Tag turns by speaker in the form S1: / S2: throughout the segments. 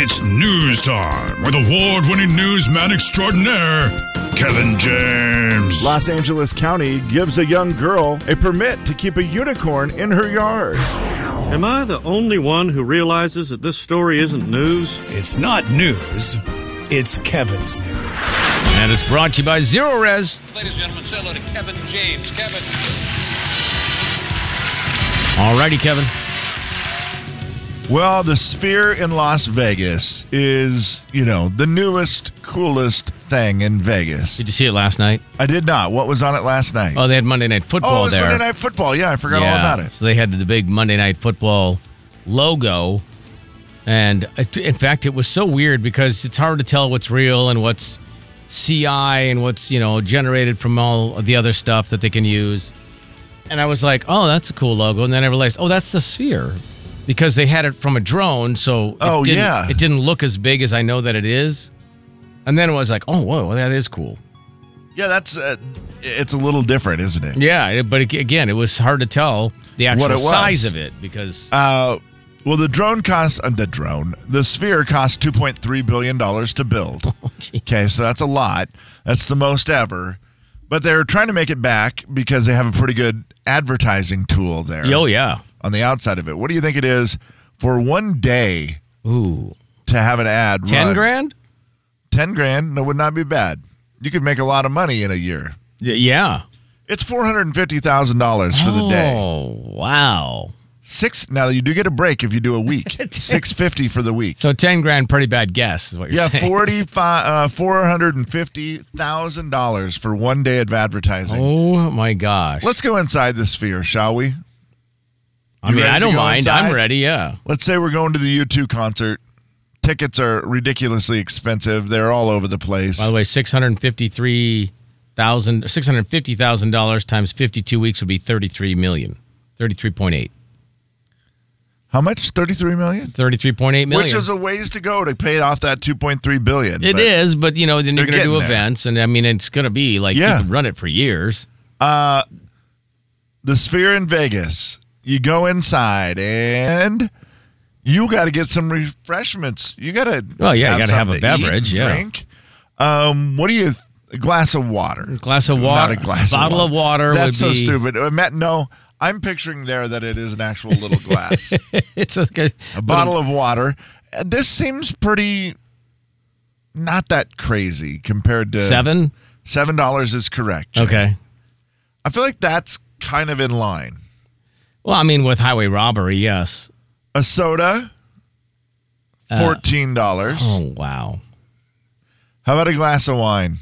S1: It's news time with award winning newsman extraordinaire, Kevin James.
S2: Los Angeles County gives a young girl a permit to keep a unicorn in her yard.
S3: Am I the only one who realizes that this story isn't news?
S4: It's not news, it's Kevin's news.
S5: And it's brought to you by Zero Res.
S6: Ladies and gentlemen, say hello to Kevin James. Kevin.
S5: Alrighty, Kevin.
S7: Well, the Sphere in Las Vegas is, you know, the newest, coolest thing in Vegas.
S5: Did you see it last night?
S7: I did not. What was on it last night?
S5: Oh, they had Monday Night
S7: oh, it
S5: Football
S7: was
S5: there.
S7: Monday Night Football. Yeah, I forgot all about it.
S5: So they had the big Monday Night Football logo, and it- in fact, it was so weird because it's hard to tell what's real and what's CI and what's you know generated from all of the other stuff that they can use. And I was like, oh, that's a cool logo, and then I realized, oh, that's the sphere. Because they had it from a drone, so it
S7: Oh,
S5: didn't-
S7: yeah.
S5: it didn't look as big as I know that it is. And then it was like, oh, whoa, that is cool.
S7: Yeah, that's uh, it's a little different, isn't it?
S5: Yeah, it- but ag- again, it was hard to tell the actual
S7: What it was.
S5: size of it because
S7: Uh, well, the drone costs uh, the drone. The Sphere costs two point three billion dollars to build.
S5: Oh,
S7: okay, so that's a lot. That's the most ever. But they're trying to make it back because they have a pretty good advertising tool there.
S5: oh yeah,
S7: on the outside of it. What do you think it is for one day
S5: ooh,
S7: to have an ad?
S5: ten
S7: run?
S5: grand?
S7: Ten grand? No, would not be bad. You could make a lot of money in a year.
S5: Y- yeah.
S7: It's four hundred and fifty thousand dollars for the day.
S5: Oh wow.
S7: Six. Now you do get a break if you do a week. Six fifty for the week.
S5: So ten grand, pretty bad guess is what you're
S7: Yeah,
S5: saying.
S7: forty five, uh, four hundred and fifty thousand dollars for one day of advertising.
S5: Oh my gosh.
S7: Let's go inside the sphere, shall we?
S5: I mean,
S7: ready
S5: I
S7: to
S5: don't
S7: go
S5: mind. I'm
S7: inside?
S5: ready. Yeah.
S7: Let's say we're going to the U two concert. Tickets are ridiculously expensive. They're all over the place.
S5: By the way, six hundred fifty-three thousand, six hundred fifty thousand dollars times fifty-two weeks would be thirty-three million. Thirty-three point eight.
S7: How much? Thirty-three million.
S5: Thirty-three point eight million.
S7: Which is a ways to go to pay off that two point three billion.
S5: It
S7: but,
S5: is, but you know, then you're
S7: They're
S5: going to do
S7: getting there.
S5: events, and I mean, it's going to be like
S7: Yeah.
S5: you can run it for years.
S7: the Sphere in Vegas. You go inside and you got to get some refreshments. You got to.
S5: Well, yeah, you gotta have a
S7: something to eat
S5: beverage,
S7: and
S5: yeah.
S7: Drink. Um, what do you? A glass of water.
S5: Glass of
S7: Not
S5: water,
S7: a glass.
S5: bottle
S7: of
S5: of
S7: water.
S5: water.
S7: That's so
S5: would be-
S7: stupid. Uh, Matt, no, I'm picturing there that it is an actual little glass.
S5: it's a,
S7: a bottle of water. Uh, This seems pretty. Not that crazy compared to
S5: seven.
S7: Seven dollars is correct. Jay.
S5: Okay.
S7: I feel like that's kind of in line.
S5: Well, I mean, with highway robbery, yes.
S7: A soda, fourteen dollars.
S5: Uh, Oh wow.
S7: How about a glass of wine?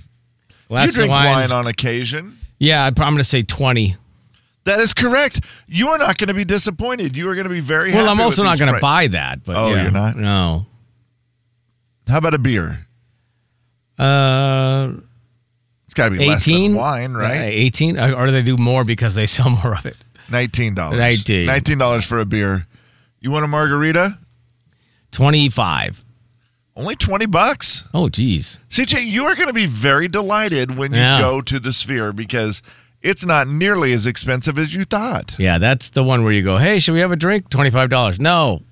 S5: Glass
S7: you drink
S5: of wine's-
S7: wine on occasion.
S5: Yeah, I'd- I'm going to say 20.
S7: That is correct. You are not going to be disappointed. You are going to be very
S5: Well,
S7: happy
S5: I'm
S7: with
S5: also not
S7: these
S5: going to
S7: pri-
S5: buy that. But
S7: Oh,
S5: yeah.
S7: you're not?
S5: No.
S7: How about a beer?
S5: Uh,
S7: It's got to be less than
S5: 18
S7: wine,
S5: Uh, Yeah,
S7: right?
S5: 18, Uh, or do they do more because they sell more of it?
S7: Nineteen dollars.
S5: 19.
S7: Nineteen dollars for a beer. You want a margarita?
S5: 25.
S7: Only twenty bucks.
S5: Oh, geez.
S7: CJ, you are going to be very delighted when you
S5: Yeah.
S7: go to the Sphere because it's not nearly as expensive as you thought.
S5: Yeah, that's the one where you go, hey, should we have a drink? $25. No.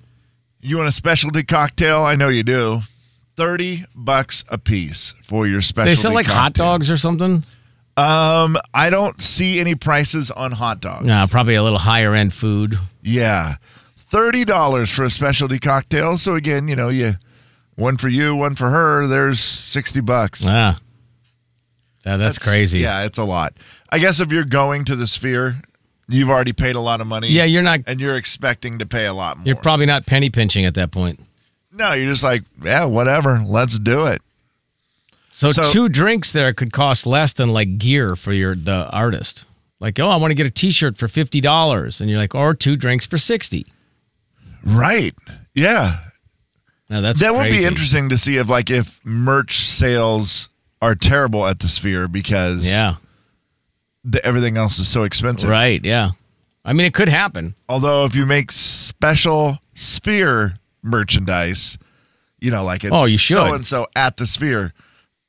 S7: You want a specialty cocktail? I know you do. Thirty bucks a piece for your specialty.
S5: they sell like hot
S7: cocktail.
S5: dogs or something?
S7: Um, I don't see any prices on hot dogs.
S5: No, probably a little higher end food.
S7: Yeah, thirty dollars for a specialty cocktail. So again, you know, you one for you, one for her. There's sixty bucks.
S5: Ah. Yeah, that's, crazy.
S7: Yeah, it's a lot. I guess if you're going to the Sphere, you've already paid a lot of money.
S5: Yeah, you're not,
S7: and you're expecting to pay a lot more.
S5: you're probably not penny pinching at that point.
S7: no, you're just like, yeah, whatever. Let's do it.
S5: So,
S7: So-
S5: two drinks there could cost less than like gear for your the artist. Like, oh, I want to get a T-shirt for fifty dollars, and you're like, or two drinks for sixty.
S7: Right. Yeah.
S5: Now that's
S7: that would be
S5: crazy.
S7: interesting to see if like if merch sales are terrible at the Sphere because
S5: Yeah,
S7: the, everything else is so expensive.
S5: right. Yeah, I mean, it could happen.
S7: Although if you make special Sphere merchandise, you know, like it's
S5: Oh, you should.
S7: so and so at the Sphere,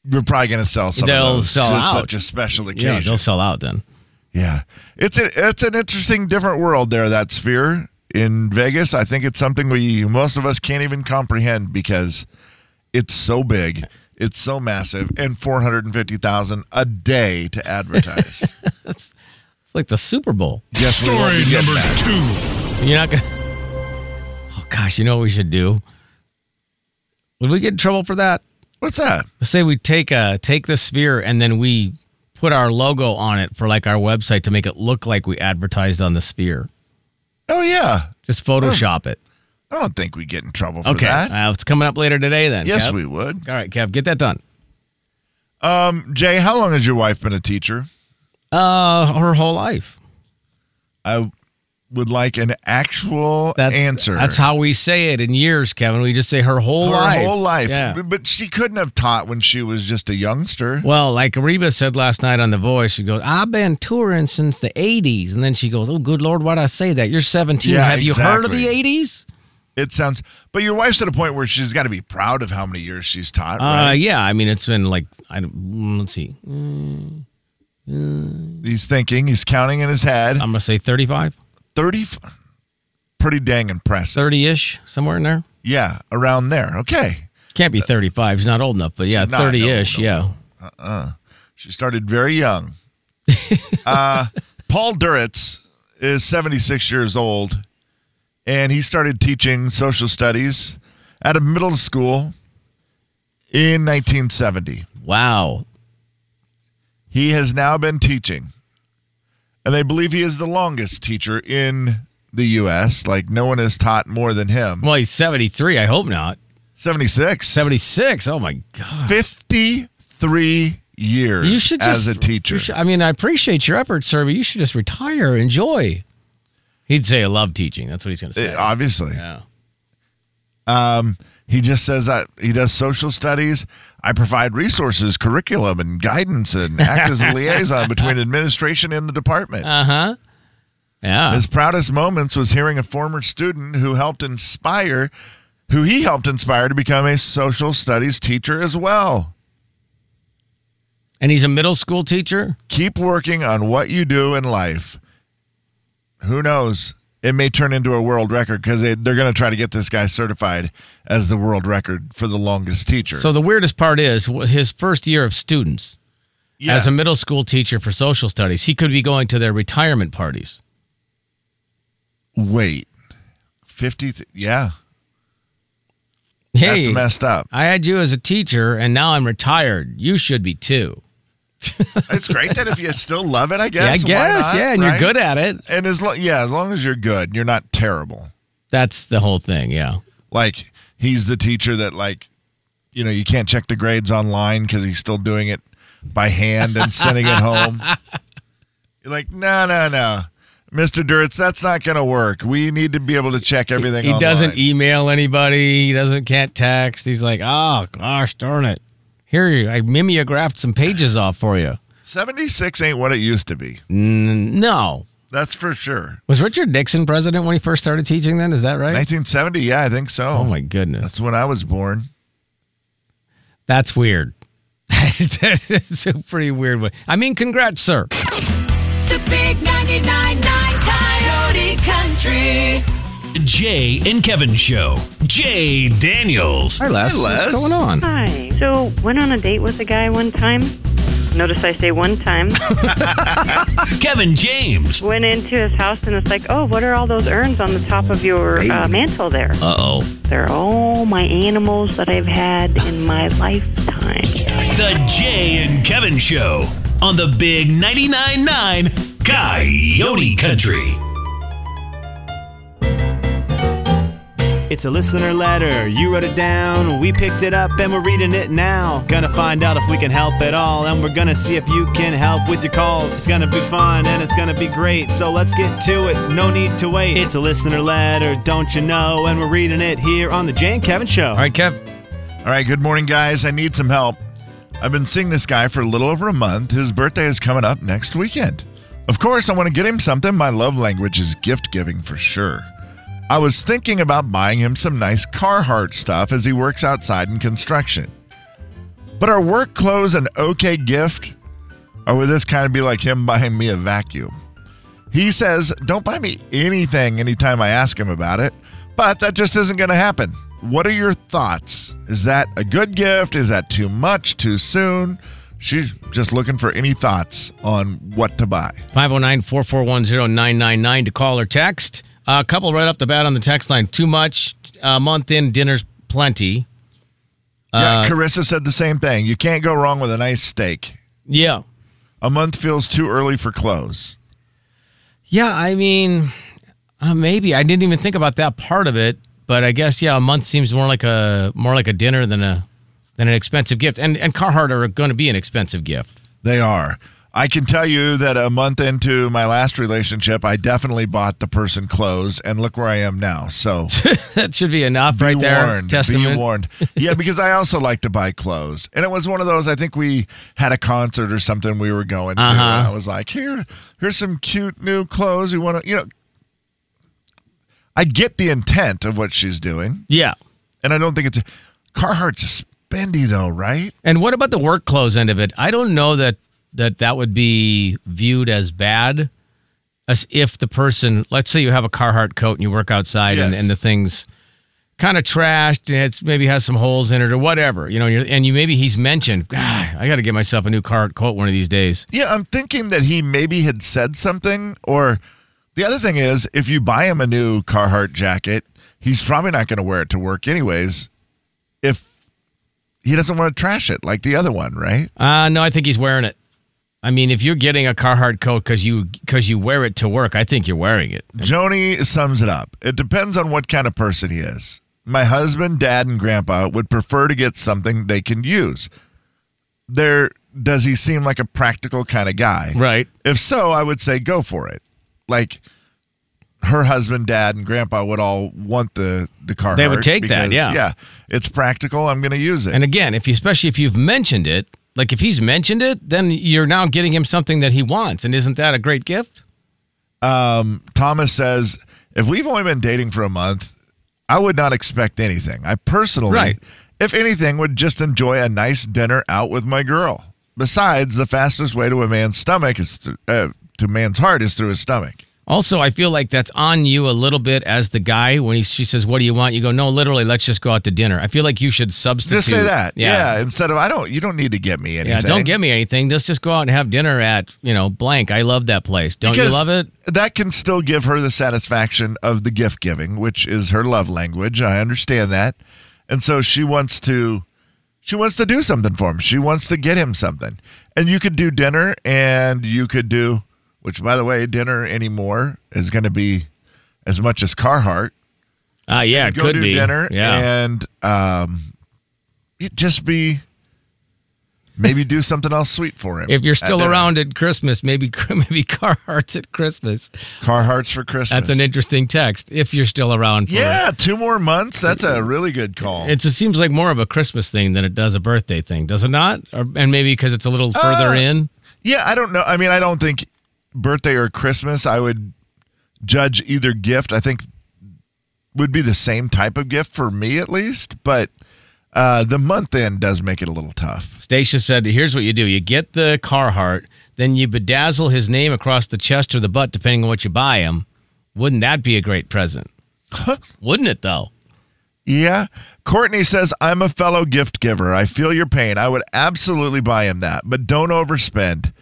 S7: you're probably going to sell some.
S5: They'll
S7: of those 'cause
S5: sell
S7: it's
S5: out.
S7: Such a special occasion.
S5: Yeah, they'll sell out then.
S7: Yeah, it's a, it's an interesting, different world there. That sphere. in Vegas. I think it's something we most of us can't even comprehend because it's so big, it's so massive, and four hundred and fifty thousand a day to advertise.
S5: It's like the Super Bowl.
S7: Guess we won't
S1: Story
S7: be getting
S1: number
S7: that.
S1: two.
S5: You're not gonna. Oh gosh, you know what we should do? Would we get in trouble for that?
S7: What's that?
S5: Let's say we take a take the sphere and then we put our logo on it for like our website to make it look like we advertised on the sphere.
S7: Oh yeah,
S5: Just Photoshop it.
S7: I don't think we get in trouble for
S5: Okay,
S7: that.
S5: uh, it's coming up later today. Then
S7: Yes,
S5: Kev.
S7: we would.
S5: All right, Kev, get that done.
S7: Um, Jay, how long has your wife been a teacher?
S5: Uh, her whole life.
S7: I would like an actual
S5: That's
S7: answer.
S5: That's how we say it in years, Kevin. We just say her whole
S7: her
S5: life.
S7: whole life.
S5: Yeah.
S7: But she couldn't have taught when she was just a youngster.
S5: Well, like Reba said last night on The Voice, she goes, I've been touring since the 80s. And then she goes, Oh, good Lord, why'd I say that? You're 17.
S7: Yeah,
S5: Have you heard of the
S7: exactly.
S5: 80s?
S7: It sounds, but your wife's at a point where she's got to be proud of how many years she's taught,
S5: Uh,
S7: right?
S5: yeah. I mean, it's been like, I don't, mm, let's see. I'm
S7: He's thinking, he's counting in his head.
S5: going to say 35,
S7: 30, f- pretty dang impressive.
S5: 30 ish, somewhere in there.
S7: Yeah, around there. Okay.
S5: Can't be 35. She's not old enough, but
S7: Uh,
S5: yeah,
S7: She's not,
S5: 30 ish.
S7: no, no,
S5: yeah.
S7: She started very young. uh, Paul Duritz is 76 years old, and he started teaching social studies at a middle school in 1970.
S5: Wow.
S7: He has now been teaching, and they believe he is the longest teacher in the U.S. Like, no one has taught more than him.
S5: Well, he's 73. I hope not.
S7: 76.
S5: 76. Oh, my God.
S7: 53 years
S5: You should just,
S7: as a teacher.
S5: you should- I mean, I appreciate your efforts, sir, but you should just retire. Enjoy. He'd say, I love teaching. That's what he's going to say.
S7: Uh, obviously.
S5: yeah.
S7: He just says that he does social studies. I provide resources, curriculum, and guidance, and act as a liaison between administration and the department.
S5: Uh huh. Yeah.
S7: His proudest moments was hearing a former student who helped inspire, who he helped inspire to become a social studies teacher as well.
S5: and he's a middle school teacher.
S7: Keep working on what you do in life. Who knows? It may turn into a world record because they, they're going to try to get this guy certified as the world record for the longest teacher.
S5: So the weirdest part is wh- his first year of students
S7: Yeah.
S5: as a middle school teacher for social studies. He could be going to their retirement parties.
S7: Wait. 50 th- yeah.
S5: Hey,
S7: That's messed up.
S5: I had you as a teacher, and now I'm retired. You should be too.
S7: It's great that if you still love it, I
S5: Yeah,
S7: guess. why
S5: I guess.
S7: not,
S5: yeah, and
S7: right?
S5: you're good at it.
S7: And as long yeah, as long as you're good, you're not terrible.
S5: That's the whole thing. Yeah.
S7: Like he's the teacher that like you know, you can't check the grades online cuz he's still doing it by hand and sending it home. You're like, "No, no, no. Mr. Duritz, that's not going to work. We need to be able to check everything
S5: He doesn't
S7: online."
S5: email anybody. He doesn't can't text. He's like, oh gosh, darn it. Here you. I mimeographed some pages off for you.
S7: 76 ain't what it used to be.
S5: N- No.
S7: That's for sure.
S5: Was Richard Nixon president when he first started teaching? Then is that right?
S7: 1970, yeah, I think so.
S5: Oh my goodness,
S7: That's when I was born.
S5: that's weird. it's a pretty weird one. I mean, congrats, sir.
S8: The big 99.9 Coyote Country.
S4: Jay and Kevin show. Jay Daniels.
S5: Hi, Les.
S7: Hey, Les.
S5: What's going on?
S9: Hi. So, went on a date with a guy one time. Notice I say one time.
S4: Kevin James.
S9: went into his house and it's like, oh, what are all those urns on the top of your uh, mantle there?
S5: Uh oh.
S9: They're all my animals that I've had in my lifetime.
S4: The Jay and Kevin show on the big 99.9 9 Coyote Country.
S10: It's a listener letter. You wrote it down. We picked it up and we're reading it now. Gonna find out if we can help at all. And we're gonna see if you can help with your calls. It's gonna be fun and it's gonna be great. So let's get to it. No need to wait. It's a listener letter, don't you know? And we're reading it here on The Jay and Kevin Show.
S5: All right, Kev.
S7: All right, good morning, guys. I need some help. I've been seeing this guy for a little over a month. His birthday is coming up next weekend. Of course, I want to get him something. My love language is gift giving for sure. I was thinking about buying him some nice Carhartt stuff as he works outside in construction. But are work clothes an okay gift? Or would this kind of be like him buying me a vacuum? He says, Don't buy me anything anytime I ask him about it, but that just isn't going to happen. What are your thoughts? Is that a good gift? Is that too much? Too soon? She's just looking for any thoughts on what to buy.
S5: 509 441 999 to call or text. A couple right off the bat on the text line. Too much. A month in, dinner's plenty.
S7: yeah, Carissa said the same thing. You can't go wrong with a nice steak.
S5: Yeah.
S7: A month feels too early for clothes.
S5: Yeah, I mean, uh, maybe I didn't even think about that part of it, but I guess yeah, a month seems more like a more like a dinner than a than an expensive gift. And and Carhartt are going to be an expensive gift.
S7: They are. I can tell you that a month into my last relationship, I definitely bought the person clothes, and look where I am now. So
S5: that should be enough right
S7: be
S5: there.
S7: warned,
S5: Testament.
S7: Be warned. Yeah, because I also like to buy clothes, and it was one of those. I think we had a concert or something we were going to.
S5: Uh-huh.
S7: And I was like, here, here's some cute new clothes. You want to, you know. I get the intent of what she's doing,
S5: Yeah.
S7: and I don't think it's Carhartt's spendy though, right?
S5: And what about the work clothes end of it? I don't know that that that would be viewed as bad as if the person, let's say you have a Carhartt coat and you work outside and,
S7: Yes.
S5: and the thing's kind of trashed and it's maybe has some holes in it or whatever, you know, you're, and you maybe he's mentioned, God, I got to get myself a new Carhartt coat one of these days.
S7: Yeah, I'm thinking that he maybe had said something. Or the other thing is, if you buy him a new Carhartt jacket, he's probably not going to wear it to work anyways. If he doesn't want to trash it like the other one, right?
S5: Uh, no, I think he's wearing it. I mean, if you're getting a Carhartt coat because you because you wear it to work, I think you're wearing it.
S7: Joni sums it up. It depends on what kind of person he is. My husband, dad, and grandpa would prefer to get something they can use. There does he seem like a practical kind of guy?
S5: Right.
S7: If so, I would say go for it. Like her husband, dad, and grandpa would all want the the car.
S5: They would take that, yeah.
S7: yeah. It's practical. I'm going to use it.
S5: And again, if you, especially if you've mentioned it, like if he's mentioned it, then you're now getting him something that he wants, and isn't that a great gift?
S7: Thomas says, if we've only been dating for a month, I would not expect anything. I personally,
S5: Right.
S7: if anything, would just enjoy a nice dinner out with my girl. Besides, the fastest way to a man's stomach is th- uh, to man's heart is through his stomach.
S5: Also, I feel like that's on you a little bit as the guy when he, she says, "What do you want?" You go, "No, literally, let's just go out to dinner." I feel like you should substitute.
S7: Just say that, yeah. Instead of I don't, you don't need to get me anything.
S5: Yeah, don't give me anything. Let's just go out and have dinner at you know blank. I love that place. Don't Oh, you
S7: Because
S5: love it?
S7: That can still give her the satisfaction of the gift giving, which is her love language. I understand that. And so she wants to she wants to do something for him. She wants to get him something. And you could do dinner and you could do which by the way, dinner anymore is gonna be as much as Carhartt.
S5: Ah, yeah, it
S7: Go
S5: could
S7: do
S5: be
S7: dinner
S5: Yeah,
S7: and um it just be maybe do something else sweet for him.
S5: if you're
S7: at
S5: still
S7: dinner.
S5: around at Christmas, maybe maybe Carhartts at Christmas.
S7: Carhartts for Christmas.
S5: That's an interesting text. If you're still around, for it.
S7: Yeah, two more months. That's a really good call.
S5: It's, it seems like more of a Christmas thing than it does a birthday thing, does it not? Or, and maybe because it's a little further in.
S7: yeah, I don't know. I mean, I don't think birthday or Christmas, I would judge either gift. I think would be the same type of gift for me at least, but uh, the month end does make it a little tough.
S5: Stacia said, "Here's what you do: you get the Carhartt, then you bedazzle his name across the chest or the butt, depending on what you buy him. Wouldn't that be a great present? Wouldn't it though?
S7: Yeah. Courtney says, I'm a fellow gift giver. I feel your pain. I would absolutely buy him that, but don't overspend.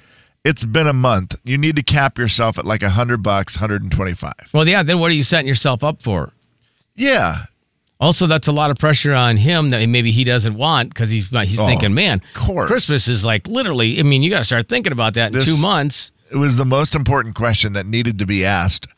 S7: It's been a month. You need to cap yourself at like a hundred bucks, 125.
S5: Well, yeah. Then what are you setting yourself up for?
S7: Yeah.
S5: Also, that's a lot of pressure on him that maybe he doesn't want because he's he's
S7: Oh,
S5: thinking, man,
S7: of course.
S5: Christmas is like literally. I mean, you got to start thinking about that in
S7: This-
S5: two months.
S7: It was the most important question that needed to be asked.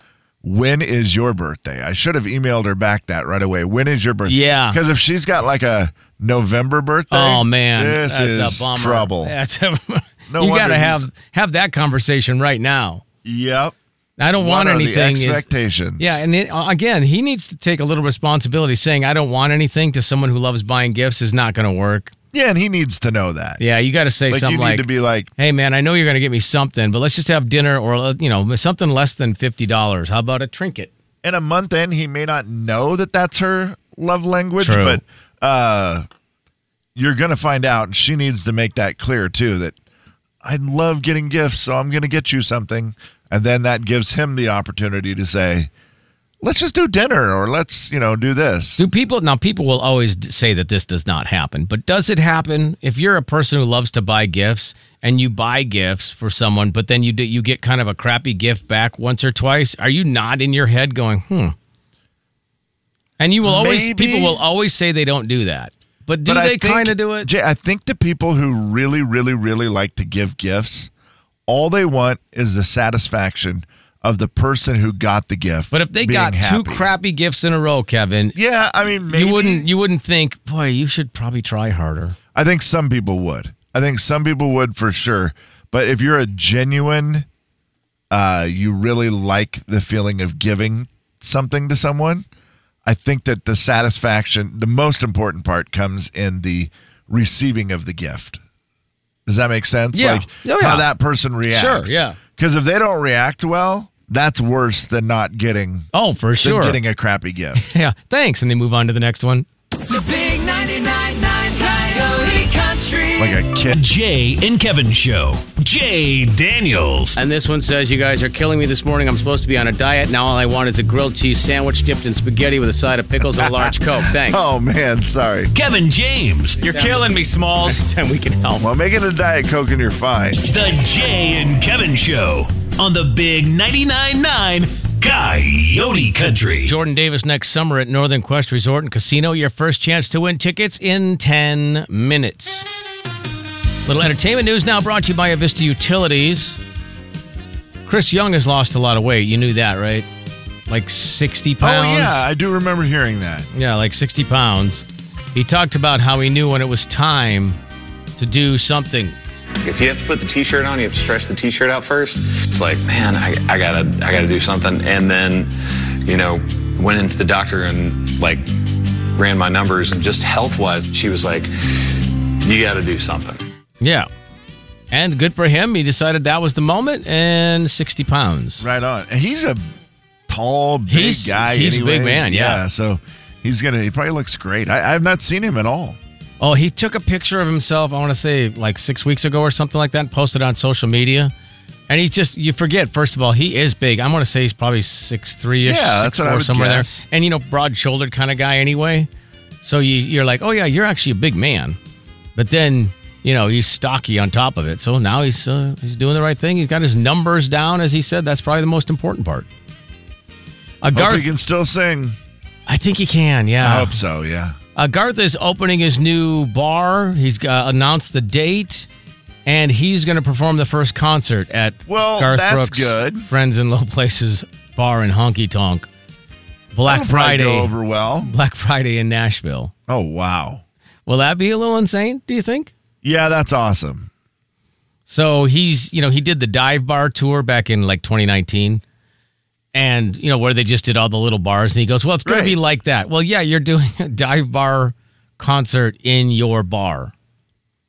S7: When is your birthday? I should have emailed her back that right away. When is your birthday?
S5: Yeah.
S7: Because if she's got like a November birthday,
S5: Oh man,
S7: this
S5: that's
S7: is
S5: a bummer.
S7: trouble.
S5: That's a,
S7: No
S5: you
S7: wonder
S5: got to
S7: he's-
S5: have have that conversation right now.
S7: Yep.
S5: I don't
S7: What
S5: want
S7: are
S5: anything.
S7: The
S5: is-
S7: expectations.
S5: yeah, and it, again, he needs to take a little responsibility. Saying I don't want anything to someone who loves buying gifts is not going to work.
S7: yeah, and he needs to know that.
S5: Yeah, you got to say
S7: like you
S5: something
S7: need
S5: like,
S7: to be like,
S5: "Hey, man, I know you're going to get me something, but let's just have dinner or uh, you know something less than fifty dollars. How about a trinket?"
S7: in a month in, he may not know that that's her love language,
S5: True.
S7: but uh, you're going to find out. And she needs to make that clear, too, that I love getting gifts, so I'm going to get you something. And then that gives him the opportunity to say, let's just do dinner or let's, you know, do this.
S5: Do people now? People will always d- say that this does not happen, but does it happen? If you're a person who loves to buy gifts and you buy gifts for someone, but then you do, you get kind of a crappy gift back once or twice, are you not in your head going, hmm? And you will always
S7: Maybe.
S5: people will always say they don't do that, but do
S7: But I
S5: they
S7: think-
S5: kind of do it?
S7: Jay, I think the people who really, really, really like to give gifts, all they want is the satisfaction of the person who got the gift.
S5: But if they
S7: being
S5: got two
S7: happy.
S5: crappy gifts in a row, Kevin,
S7: yeah, I mean, maybe
S5: you wouldn't you wouldn't think, boy, you should probably try harder.
S7: I think some people would. I think some people would for sure. But if you're a genuine, uh, you really like the feeling of giving something to someone, I think that the satisfaction, the most important part, comes in the receiving of the gift. Does that make sense?
S5: Yeah.
S7: Like
S5: Oh, yeah.
S7: how that person reacts.
S5: Sure, yeah.
S7: Because if they don't react well, that's worse than not getting
S5: Oh, for
S7: than
S5: sure.
S7: getting a crappy gift.
S5: yeah, thanks, and they move on to the next one.
S8: The big 99.9 Coyote Country.
S7: Like a kid.
S4: Jay and Kevin Show. Jay Daniels.
S5: And this one says, You guys are killing me this morning. I'm supposed to be on a diet. Now all I want is a grilled cheese sandwich dipped in spaghetti with a side of pickles and a large Coke. Thanks.
S7: Oh man, sorry.
S4: Kevin James.
S5: You're killing me, Smalls. Then we can help.
S7: Well, making a diet coke and you're fine. Oh,
S4: The Jay and Kevin Show on the Big 99.9 9 Coyote Country.
S5: Jordan Davis next summer at Northern Quest Resort and Casino. Your first chance to win tickets in 10 minutes. Little entertainment news now brought to you by Avista Utilities. Chris Young has lost a lot of weight. You knew that, right? Like 60 pounds.
S7: Oh yeah, I do remember hearing that.
S5: Yeah, like 60 pounds. He talked about how he knew when it was time to do something.
S11: If you have to put the t-shirt on, you have to stretch the t-shirt out first. It's like, man, I, I gotta, I gotta do something. And then, you know, went into the doctor and like ran my numbers and just health-wise, she was like, you gotta do something.
S5: Yeah. And good for him. He decided that was the moment and 60 pounds.
S7: Right on. And he's a tall, big
S5: He's-
S7: guy.
S5: he's a big
S7: anyways.
S5: man, yeah.
S7: So he's gonna. He probably looks great. I, I've not seen him at all.
S5: Oh, he took a picture of himself, I want to say like six weeks ago or something like that, and posted it on social media. And he just, you forget, first of all, he is big. I'm going to say he's probably 6'3 ish.
S7: Yeah, that's what I would
S5: somewhere
S7: guess.
S5: there. And, you know, broad shouldered kind of guy anyway. So you, you're like, oh, yeah, you're actually a big man. But then, you know, he's stocky on top of it. So now he's uh, he's doing the right thing. He's got his numbers down, as he said. That's probably the most important part. A
S7: Hope
S5: Garth, Ah.
S7: he can still sing.
S5: I think he can, yeah.
S7: I hope so. Yeah.
S5: Uh, Garth is opening his new bar. He's uh, announced the date, and he's going to perform the first concert at
S7: Well,
S5: Garth
S7: that's
S5: Brooks'
S7: good.
S5: Friends in Low Places Bar and Honky Tonk. Black
S7: That'll probably go
S5: Friday,
S7: over well.
S5: Black Friday in Nashville.
S7: Oh wow.
S5: Will that be a little insane? Do you think?
S7: Yeah, that's awesome.
S5: So he's, you know, he did the dive bar tour back in like 2019. And, you know, where they just did all the little bars. And he goes, well, it's going
S7: Right.
S5: to be like that. Well, yeah, you're doing a dive bar concert in your bar.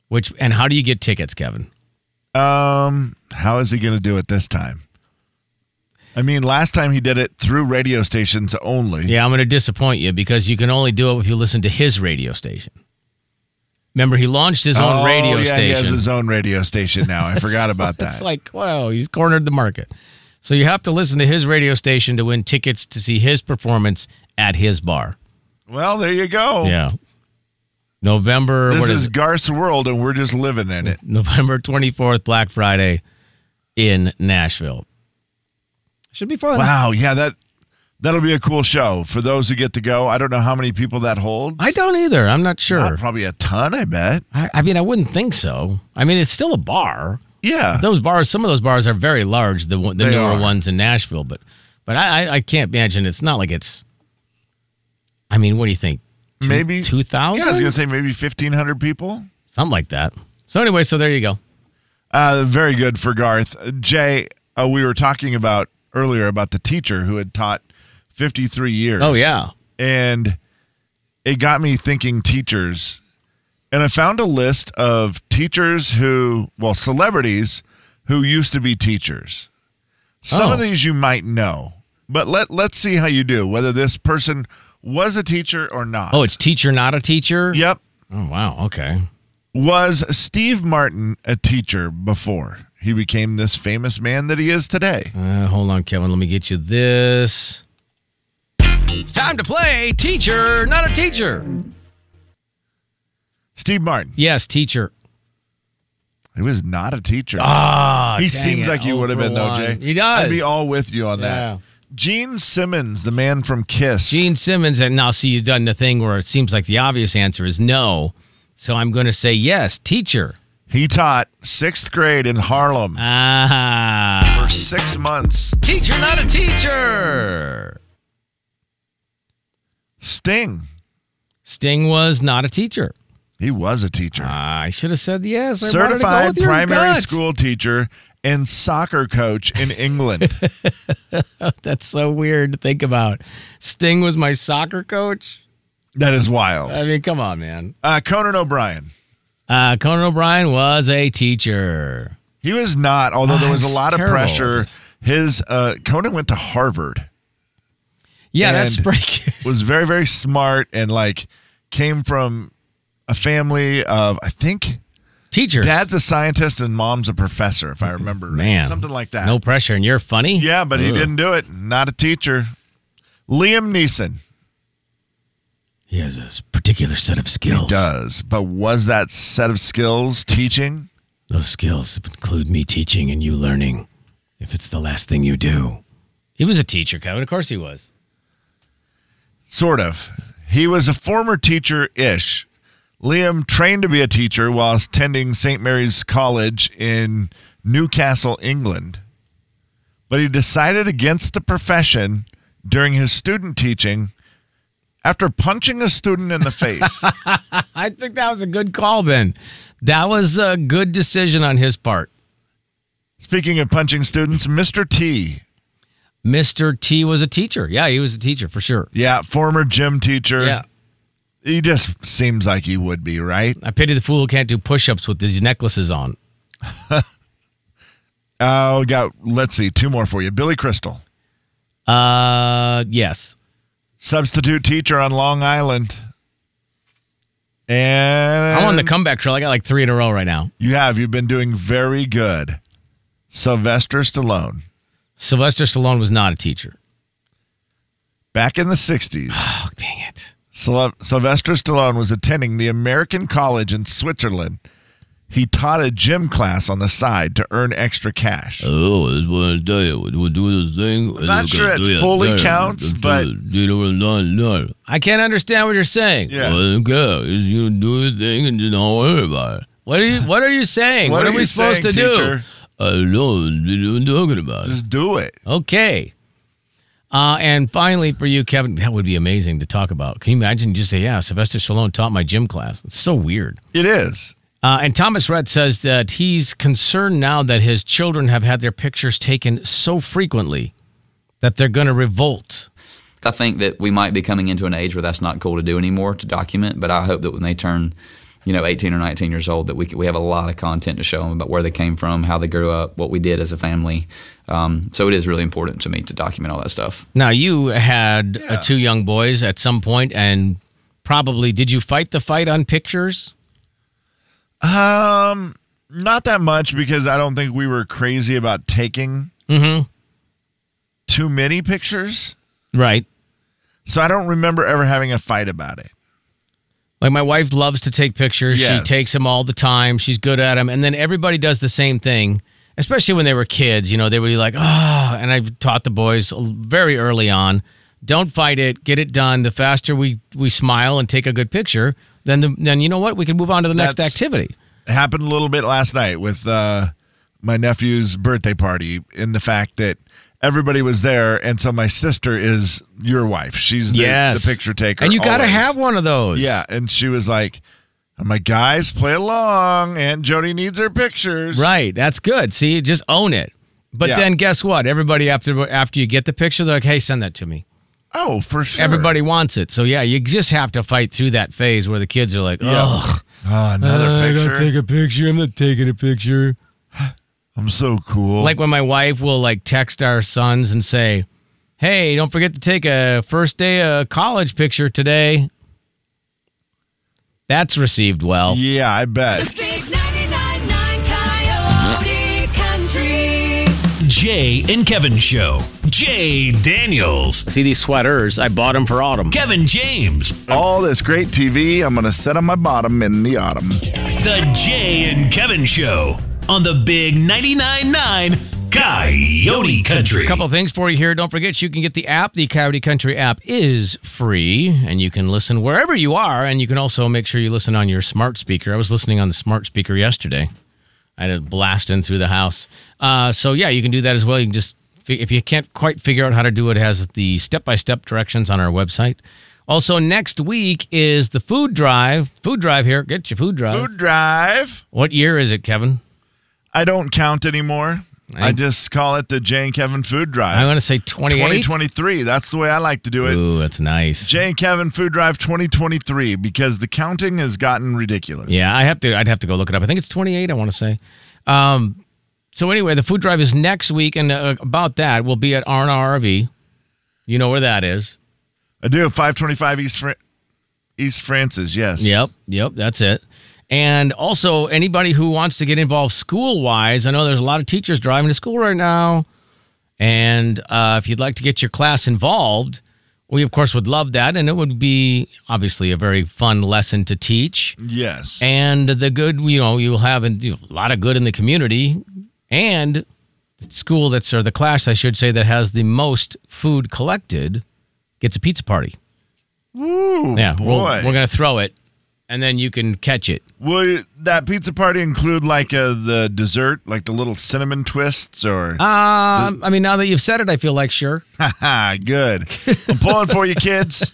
S5: Which, and how do you get tickets, Kevin?
S7: Um, how is he gonna do it this time? I mean, last time he did it through radio stations only.
S5: Yeah, I'm going to disappoint you because you can only do it if you listen to his radio station. Remember, he launched his own
S7: oh,
S5: radio
S7: yeah, He has
S5: station.
S7: his own radio station now. I forgot about that.
S5: It's like, wow, he's cornered the market. So you have to listen to his radio station to win tickets to see his performance at his bar.
S7: well, there you go.
S5: Yeah. November
S7: This
S5: what
S7: is
S5: is, it?
S7: Garth's world, and we're just living in it.
S5: November 24th, Black Friday in Nashville. Should be fun.
S7: Wow, yeah, that that'll be a cool show for those who get to go. I don't know how many people that holds.
S5: I don't either. I'm not
S7: Uh,
S5: sure.
S7: probably a ton, I bet.
S5: I, I mean, I wouldn't think so. I mean, it's still a bar.
S7: Yeah.
S5: Those bars, some of those bars are very large, the one- the
S7: They
S5: newer
S7: are.
S5: ones in Nashville, but but I, I I can't imagine it's not like it's I mean, what do you think? Two-
S7: maybe
S5: 2000?
S7: Yeah, I was gonna say maybe fifteen hundred people.
S5: Something like that. So anyway, so there you go.
S7: Uh, very good for Garth. Uh, Jay, uh, we were talking about earlier about the teacher who had taught fifty three years.
S5: Oh yeah.
S7: and it got me thinking teachers and i found a list of teachers who well celebrities who used to be teachers some of
S5: Oh.
S7: these you might know but let let's see how you do whether this person was a teacher or not
S5: Oh, it's teacher not a teacher?
S7: yep
S5: Oh wow, okay.
S7: was steve martin a teacher before he he became this famous man that he is today.
S5: Uh, hold on, Kevin. Let me get you this. Time to play teacher, not a teacher.
S7: Steve Martin.
S5: Yes, teacher.
S7: He was not a teacher.
S5: Ah,
S7: he
S5: dang
S7: seems
S5: it.
S7: like you
S5: Oh
S7: would have
S5: for
S7: been,
S5: one.
S7: OJ.
S5: He does.
S7: I'd be all with you on
S5: Yeah.
S7: that. Gene Simmons, the man from Kiss.
S5: Gene Simmons, and now see you've done the thing where it seems like the obvious answer is no. So I'm going to say yes, teacher.
S7: He taught sixth grade in Harlem
S5: Ah,
S7: for six months.
S5: teacher, not a teacher.
S7: Sting.
S5: Sting was not a teacher. Ah,
S7: He was a teacher.
S5: I should have said yes. I wanted to go
S7: Certified
S5: with your
S7: primary
S5: guts.
S7: school teacher and soccer coach in England.
S5: That's so weird to think about. Sting was my soccer coach.
S7: that is wild.
S5: I mean, come on, man.
S7: Uh, Conan O'Brien.
S5: Uh, Conan O'Brien was a teacher.
S7: He was not, although there was a
S5: I'm
S7: lot of
S5: Oh, terrible at
S7: pressure.
S5: this.
S7: His uh, Conan went to Harvard,
S5: Yeah,
S7: And-
S5: that's pretty good.
S7: was very very smart, and like came from a family of I think
S5: Teachers.
S7: dad's a scientist and mom's a professor, if I remember, right.
S5: man.
S7: something like that.
S5: No pressure, and you're funny?
S7: Yeah, but he
S5: Ugh.
S7: didn't do it. Not a teacher. Liam Neeson
S5: He has a particular set of skills.
S7: does, but was that set of skills teaching?
S5: Those skills include me teaching and you learning. If it's the last thing you do, he was a teacher, Kevin. Of course he was.
S7: Sort of. He was a former teacher ish. Liam trained to be a teacher while attending St. Mary's College in Newcastle, England. But he decided against the profession during his student teaching after punching a student in the face.
S5: I think that was a good call, Ben. That was a good decision on his part.
S7: Speaking of punching students, Mr. T,
S5: Mr. T was a teacher. Yeah, he was a teacher for sure.
S7: yeah, former gym teacher.
S5: Yeah.
S7: He just seems like he would be, right?
S5: I pity the fool who can't do push ups with these necklaces on.
S7: Oh, got let's see, two more for you. Billy Crystal,
S5: Uh, yes.
S7: substitute teacher on Long Island. And
S5: I'm on the
S7: Um,
S5: comeback trail. I got like three in a row right now.
S7: you have you've been doing very good. Sylvester Stallone,
S5: Sylvester Stallone was not a teacher.
S7: back in the '60s,
S5: Oh, dang it.
S7: Syl- Sylvester Stallone was attending the American College in Switzerland. He taught a gym class on the side to earn extra cash.
S5: Uh.
S12: Oh, I just want to tell you, we'll do this thing. I'm
S7: not sure it fully counts, but-
S12: You know what I'm done, done.
S5: I can't understand what you're saying.
S7: Yeah.
S12: Well, I don't care. It's you do your thing and just don't worry about it.
S5: What are you What are you saying? What, are,
S7: you
S5: we supposed
S7: saying,
S5: to do?
S7: teacher?
S12: I don't know what I'm talking about.
S7: Just do it.
S5: Okay. Uh, and finally, for you, Kevin, that would be amazing to talk about. Can you imagine? You Just say, yeah, Sylvester Stallone taught my gym class. It's so weird.
S7: It is.
S5: Uh, and Thomas Rhett says that he's concerned now that his children have had their pictures taken so frequently that they're going to revolt.
S13: I think that we might be coming into an age where that's not cool to do anymore to document. But I hope that when they turn, you know, 18 or 19 years old, that we c- we have a lot of content to show them about where they came from, how they grew up, what we did as a family. Um, so it is really important to me to document all that stuff.
S5: Now, you had uh, two young boys at some point, and probably did you fight the fight on pictures?
S7: Um, not that much because I don't think we were crazy about taking
S5: Mm-hmm.
S7: too many pictures.
S5: Right.
S7: So I don't remember ever having a fight about it.
S5: Like my wife loves to take pictures.
S7: Yes.
S5: She takes them all the time. She's good at them. And then everybody does the same thing, especially when they were kids. You know, they would be like, oh, and I taught the boys very early on don't fight it, get it done. The faster we, we smile and take a good picture, then, the, then you know what? We can move on to the next
S7: That's-
S5: activity.
S7: It happened a little bit last night with uh, my nephew's birthday party in the fact that everybody was there. And so my sister is your wife. She's the,
S5: yes.
S7: the picture taker.
S5: And you got to
S7: always.
S5: have one of those.
S7: Yeah. And she was like, I'm like, guys, play along. Aunt Jody needs her pictures.
S5: Right. That's good. See, just own it. But
S7: Yeah.
S5: then guess what? Everybody after after you get the picture, they're like, "Hey, send that to me."
S7: Oh, for sure.
S5: Everybody wants it. So yeah, you just have to fight through that phase where the kids are like,
S7: Yeah.
S5: "Ugh,
S7: Oh, another
S5: Uh,
S7: picture.
S5: a picture. I'm not taking a picture.
S7: I'm so cool.
S5: Like when my wife will like text our sons and say, "Hey, don't forget to take a first day of college picture today." That's received well.
S7: yeah, I bet.
S8: Big 99.9 Coyote
S4: Jay and Kevin Show. Jay Daniels.
S5: See these sweaters? I bought them for autumn.
S4: Kevin James.
S7: All this great TV, I'm going to set on my bottom in the autumn.
S4: The Jay and Kevin Show on the Big 99.9 9 Coyote Country.
S5: A couple of things for you here. Don't forget you can get the app. The Coyote Country app is free, and you can listen wherever you are. And you can also make sure you listen on your smart speaker. I was listening on the smart speaker yesterday. I had it blasting through the house. Uh, so yeah, you can do that as well. You can just fi- if you can't quite figure out how to do it, it has the step by step directions on our website. Also, next week is the food drive. Food drive here. Get your food drive.
S7: Food drive.
S5: What year is it, Kevin?
S7: I don't count anymore. I,
S5: I-
S7: just call it the Jay and Kevin Food Drive.
S5: I want to say 28.
S7: 2023. That's the way I like to do it.
S5: Ooh, that's nice.
S7: Jay and Kevin Food Drive 2023 because the counting has gotten ridiculous.
S5: Yeah, I have to. I'd have to go look it up. I think it's 28. I want to say. Um, so anyway, the food drive is next week, and uh, about that, we'll be at R&R RV. You know where that is.
S7: I do 525 East Fran- East Francis. Yes.
S5: Yep, yep, that's it. And also, anybody who wants to get involved school wise, I know there's a lot of teachers driving to school right now. And uh, if you'd like to get your class involved, we of course would love that. And it would be obviously a very fun lesson to teach.
S7: Yes.
S5: And the good, you know, you'll have a lot of good in the community and the school that's, or the class, I should say, that has the most food collected gets a pizza party.
S7: Ooh,
S5: yeah.
S7: Oh, boy.
S5: We'll, we're going to throw it and then you can catch it.
S7: Will that pizza party include like uh, the dessert, like the little cinnamon twists, or?
S5: Um, I mean, now that you've said it, I feel like sure.
S7: Ah, Good. I'm pulling for you, kids.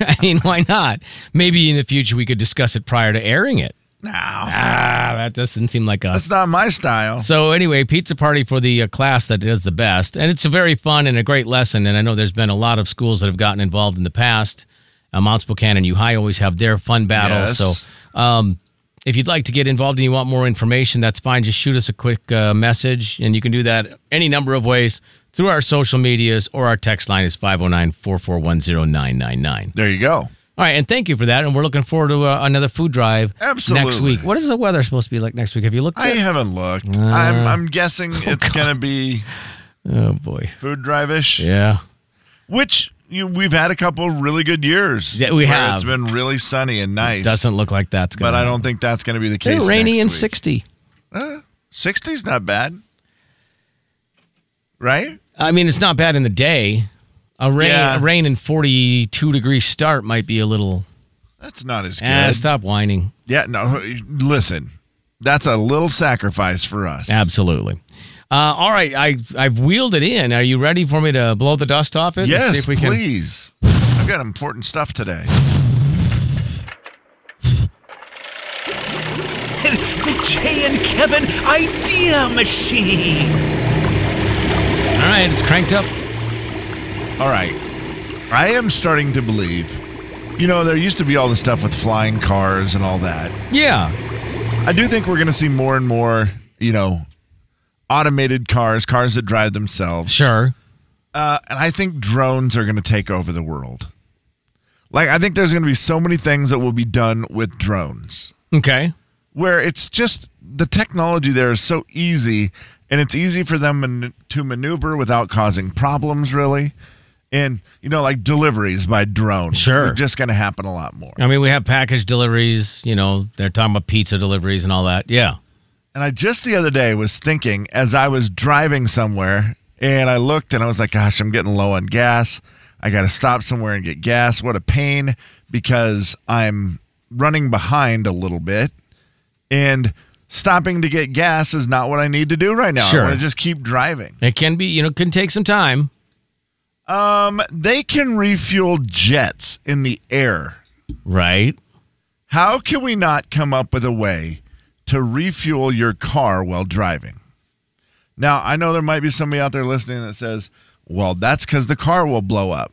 S5: I mean, why not? Maybe in the future we could discuss it prior to airing it.
S7: No.
S5: Ah, that doesn't seem like us.
S7: That's not my style.
S5: Oh. So anyway, pizza party for the uh, class that is the best, and it's a very fun and a great lesson. And I know there's been a lot of schools that have gotten involved in the past. Uh, Mount Spokane and Uhi always have their fun battles.
S7: Yes.
S5: So, um, if you'd like to get involved and you want more information, that's fine. Just shoot us a quick uh, message, and you can do that any number of ways through our social medias or our text line is 509 441 999
S7: There you go.
S5: All right, and thank you for that. And we're looking forward to uh, another food drive next
S7: Absolutely.
S5: week. What is the weather supposed to be like next week? Have you looked?
S7: I
S5: at-
S7: haven't looked. I'm,
S5: Uh,
S7: I'm guessing it's going to be
S5: oh boy,
S7: food drive ish,
S5: yeah.
S7: which you, we've had a couple really good years.
S5: Yeah, we
S7: where
S5: have.
S7: It's been really sunny and nice.
S5: Doesn't look like that's going
S7: but I don't think that's going to be the case.
S5: rainy
S7: next
S5: and
S7: week.
S5: 60.
S7: Uh, 60's not bad. Right?
S5: I mean, it's not bad in the day. A rain,
S7: Yeah.
S5: a rain and 42 degree start might be a little.
S7: That's not as good.
S5: Ah, stop whining.
S7: Yeah, no, listen. That's a little sacrifice for us.
S5: Absolutely. Uh, all right, I I've wheeled it in. Are you ready for me to blow the dust off it? and see
S7: Yes,
S5: if we can-
S7: please. I've got important stuff today.
S4: the Jay and Kevin Idea Machine.
S5: All right, it's cranked up.
S7: All right. I am starting to believe. You know, there used to be all the stuff with flying cars and all that.
S5: Yeah,
S7: I do think we're going to see more and more, you know, automated cars, cars that drive themselves.
S5: sure.
S7: Uh, and I think drones are going to take over the world. Like, I think there's going to be so many things that will be done with drones
S5: Okay.
S7: where it's just the technology there is so easy and it's easy for them man- to maneuver without causing problems, really. And, you know, like deliveries by drone.
S5: Sure.
S7: They're just going to happen a lot more.
S5: I mean, we have package deliveries. You know, they're talking about pizza deliveries and all that. Yeah.
S7: And I just the other day was thinking as I was driving somewhere and I looked and I was like, gosh, I'm getting low on gas. I got to stop somewhere and get gas. What a pain because I'm running behind a little bit and stopping to get gas is not what I need to do right now.
S5: Sure.
S7: I want to just keep driving.
S5: It can be. You know, it can take some time.
S7: Um, they can refuel jets in the air.
S5: Right.
S7: How can we not come up with a way to refuel your car while driving? Now, I know there might be somebody out there listening that says, well, that's because the car will blow up.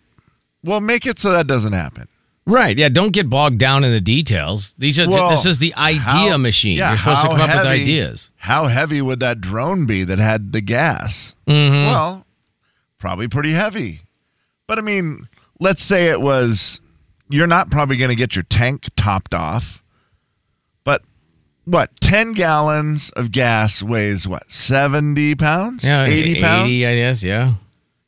S7: Well, make it so that doesn't happen.
S5: Right. Yeah. Don't get bogged down in the details. These are
S7: Well,
S5: this is the idea
S7: how-
S5: machine.
S7: yeah,
S5: You're supposed to
S7: how
S5: come up with
S7: heavy-
S5: ideas.
S7: How heavy would that drone be that had the gas?
S5: Mhm.
S7: Well, probably pretty heavy. But I mean, let's say it was, you're not probably going to get your tank topped off, but what, 10 gallons of gas weighs what, 70 pounds?
S5: Yeah,
S7: 80 pounds?
S5: 80, I guess, yeah.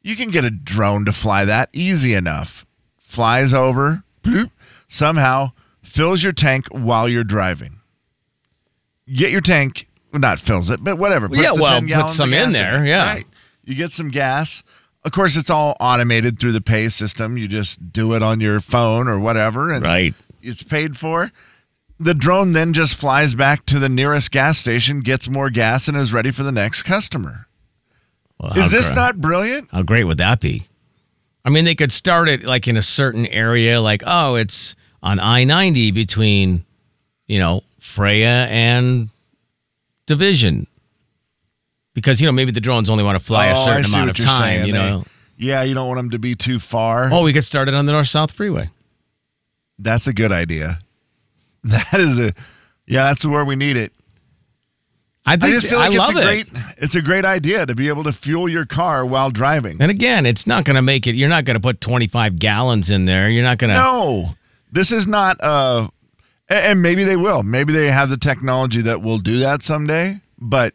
S7: You can get a drone to fly that easy enough. Flies over, bloop, somehow fills your tank while you're driving. Get your tank, well, not fills it, but whatever.
S5: Well, yeah,
S7: puts the
S5: well,
S7: 10
S5: put
S7: gallons of
S5: some in
S7: gas
S5: there,
S7: it,
S5: yeah.
S7: You get some gas. Of course, it's all automated through the pay system. You just do it on your phone or whatever, and
S5: right.
S7: it's paid for. The drone then just flies back to the nearest gas station, gets more gas, and is ready for the next customer.
S5: Well,
S7: Is
S5: how
S7: this
S5: gr-
S7: not brilliant?
S5: How great would that be? I mean, they could start it like in a certain area, like, oh, it's on I 90 between, you know, Freya and Division. Because, you know, maybe the drones only want to fly
S7: Oh, I
S5: a certain
S7: see
S5: amount of
S7: what you're
S5: time,
S7: saying.
S5: you know.
S7: They- yeah, you don't want them to be too far.
S5: Oh, we could start it on the North South Freeway.
S7: That's a good idea. That is a yeah. That's where we need it.
S5: I think
S7: just feel like
S5: I
S7: it's
S5: love
S7: a
S5: it.
S7: great. It's a great idea to be able to fuel your car while driving.
S5: And again, it's not going to make it, you're not going to put 25 gallons in there. You're not going to.
S7: No, this is not. Uh, a- and maybe they will. Maybe they have the technology that will do that someday. But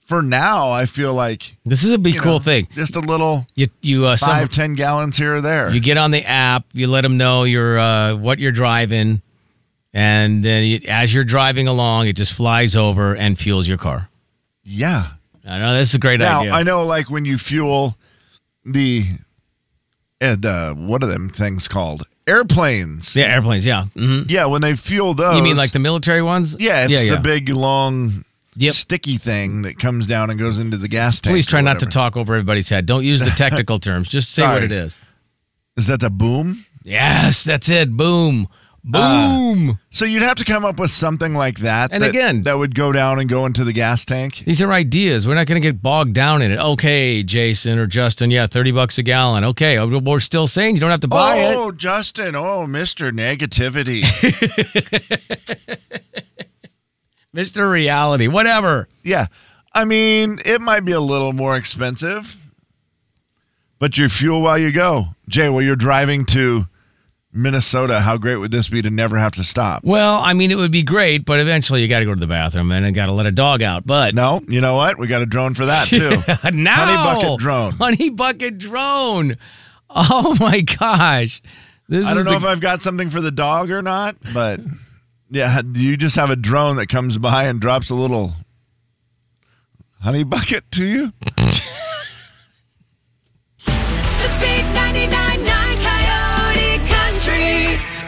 S7: for now, I feel like
S5: This is a be
S7: you
S5: cool
S7: know,
S5: thing.
S7: Just a little
S5: You, you, uh, some,
S7: five, ten gallons here or there.
S5: You get on the app, you let them know your uh, what you're driving, and then you, as you're driving along, it just flies over and fuels your car.
S7: yeah.
S5: I know this is a great
S7: now,
S5: idea.
S7: I know, like when you fuel the and uh, what are them things called? Airplanes.
S5: yeah, airplanes. Yeah, hmm
S7: Yeah, when they fuel those.
S5: you mean like the military ones?
S7: Yeah, it's
S5: yeah,
S7: the big long
S5: Yep.
S7: sticky thing that comes down and goes into the gas tank.
S5: Please
S7: or
S5: try not to
S7: whatever.
S5: talk over everybody's head. Don't use the technical terms. Just say what
S7: Sorry.
S5: it is.
S7: Is that the boom?
S5: Yes, that's it. Boom,
S7: Uh,
S5: boom.
S7: So you'd have to come up with something like that.
S5: And
S7: that-
S5: again-
S7: that would go down and go into the gas tank.
S5: These are ideas. We're not going to get bogged down in it. Okay, Jason or Justin. Yeah, thirty bucks a gallon. Okay, oh, we're still saying you don't have to buy it.
S7: oh, Justin! Oh, Mister Negativity.
S5: Mr. Reality, whatever.
S7: Yeah. I mean, it might be a little more expensive, but your fuel while you go. Jay, while you're driving to Minnesota, how great would this be to never have to stop?
S5: Well, I mean, it would be great, but eventually you got to go to the bathroom and got to let a dog out. But
S7: No, you know what? We got a drone for that too.
S5: now,
S7: Honey bucket drone.
S5: honey bucket drone. Oh my gosh, this
S7: I
S5: is
S7: don't know
S5: the-
S7: if I've got something for the dog or not, but yeah, you just have a drone that comes by and drops a little honey bucket to you.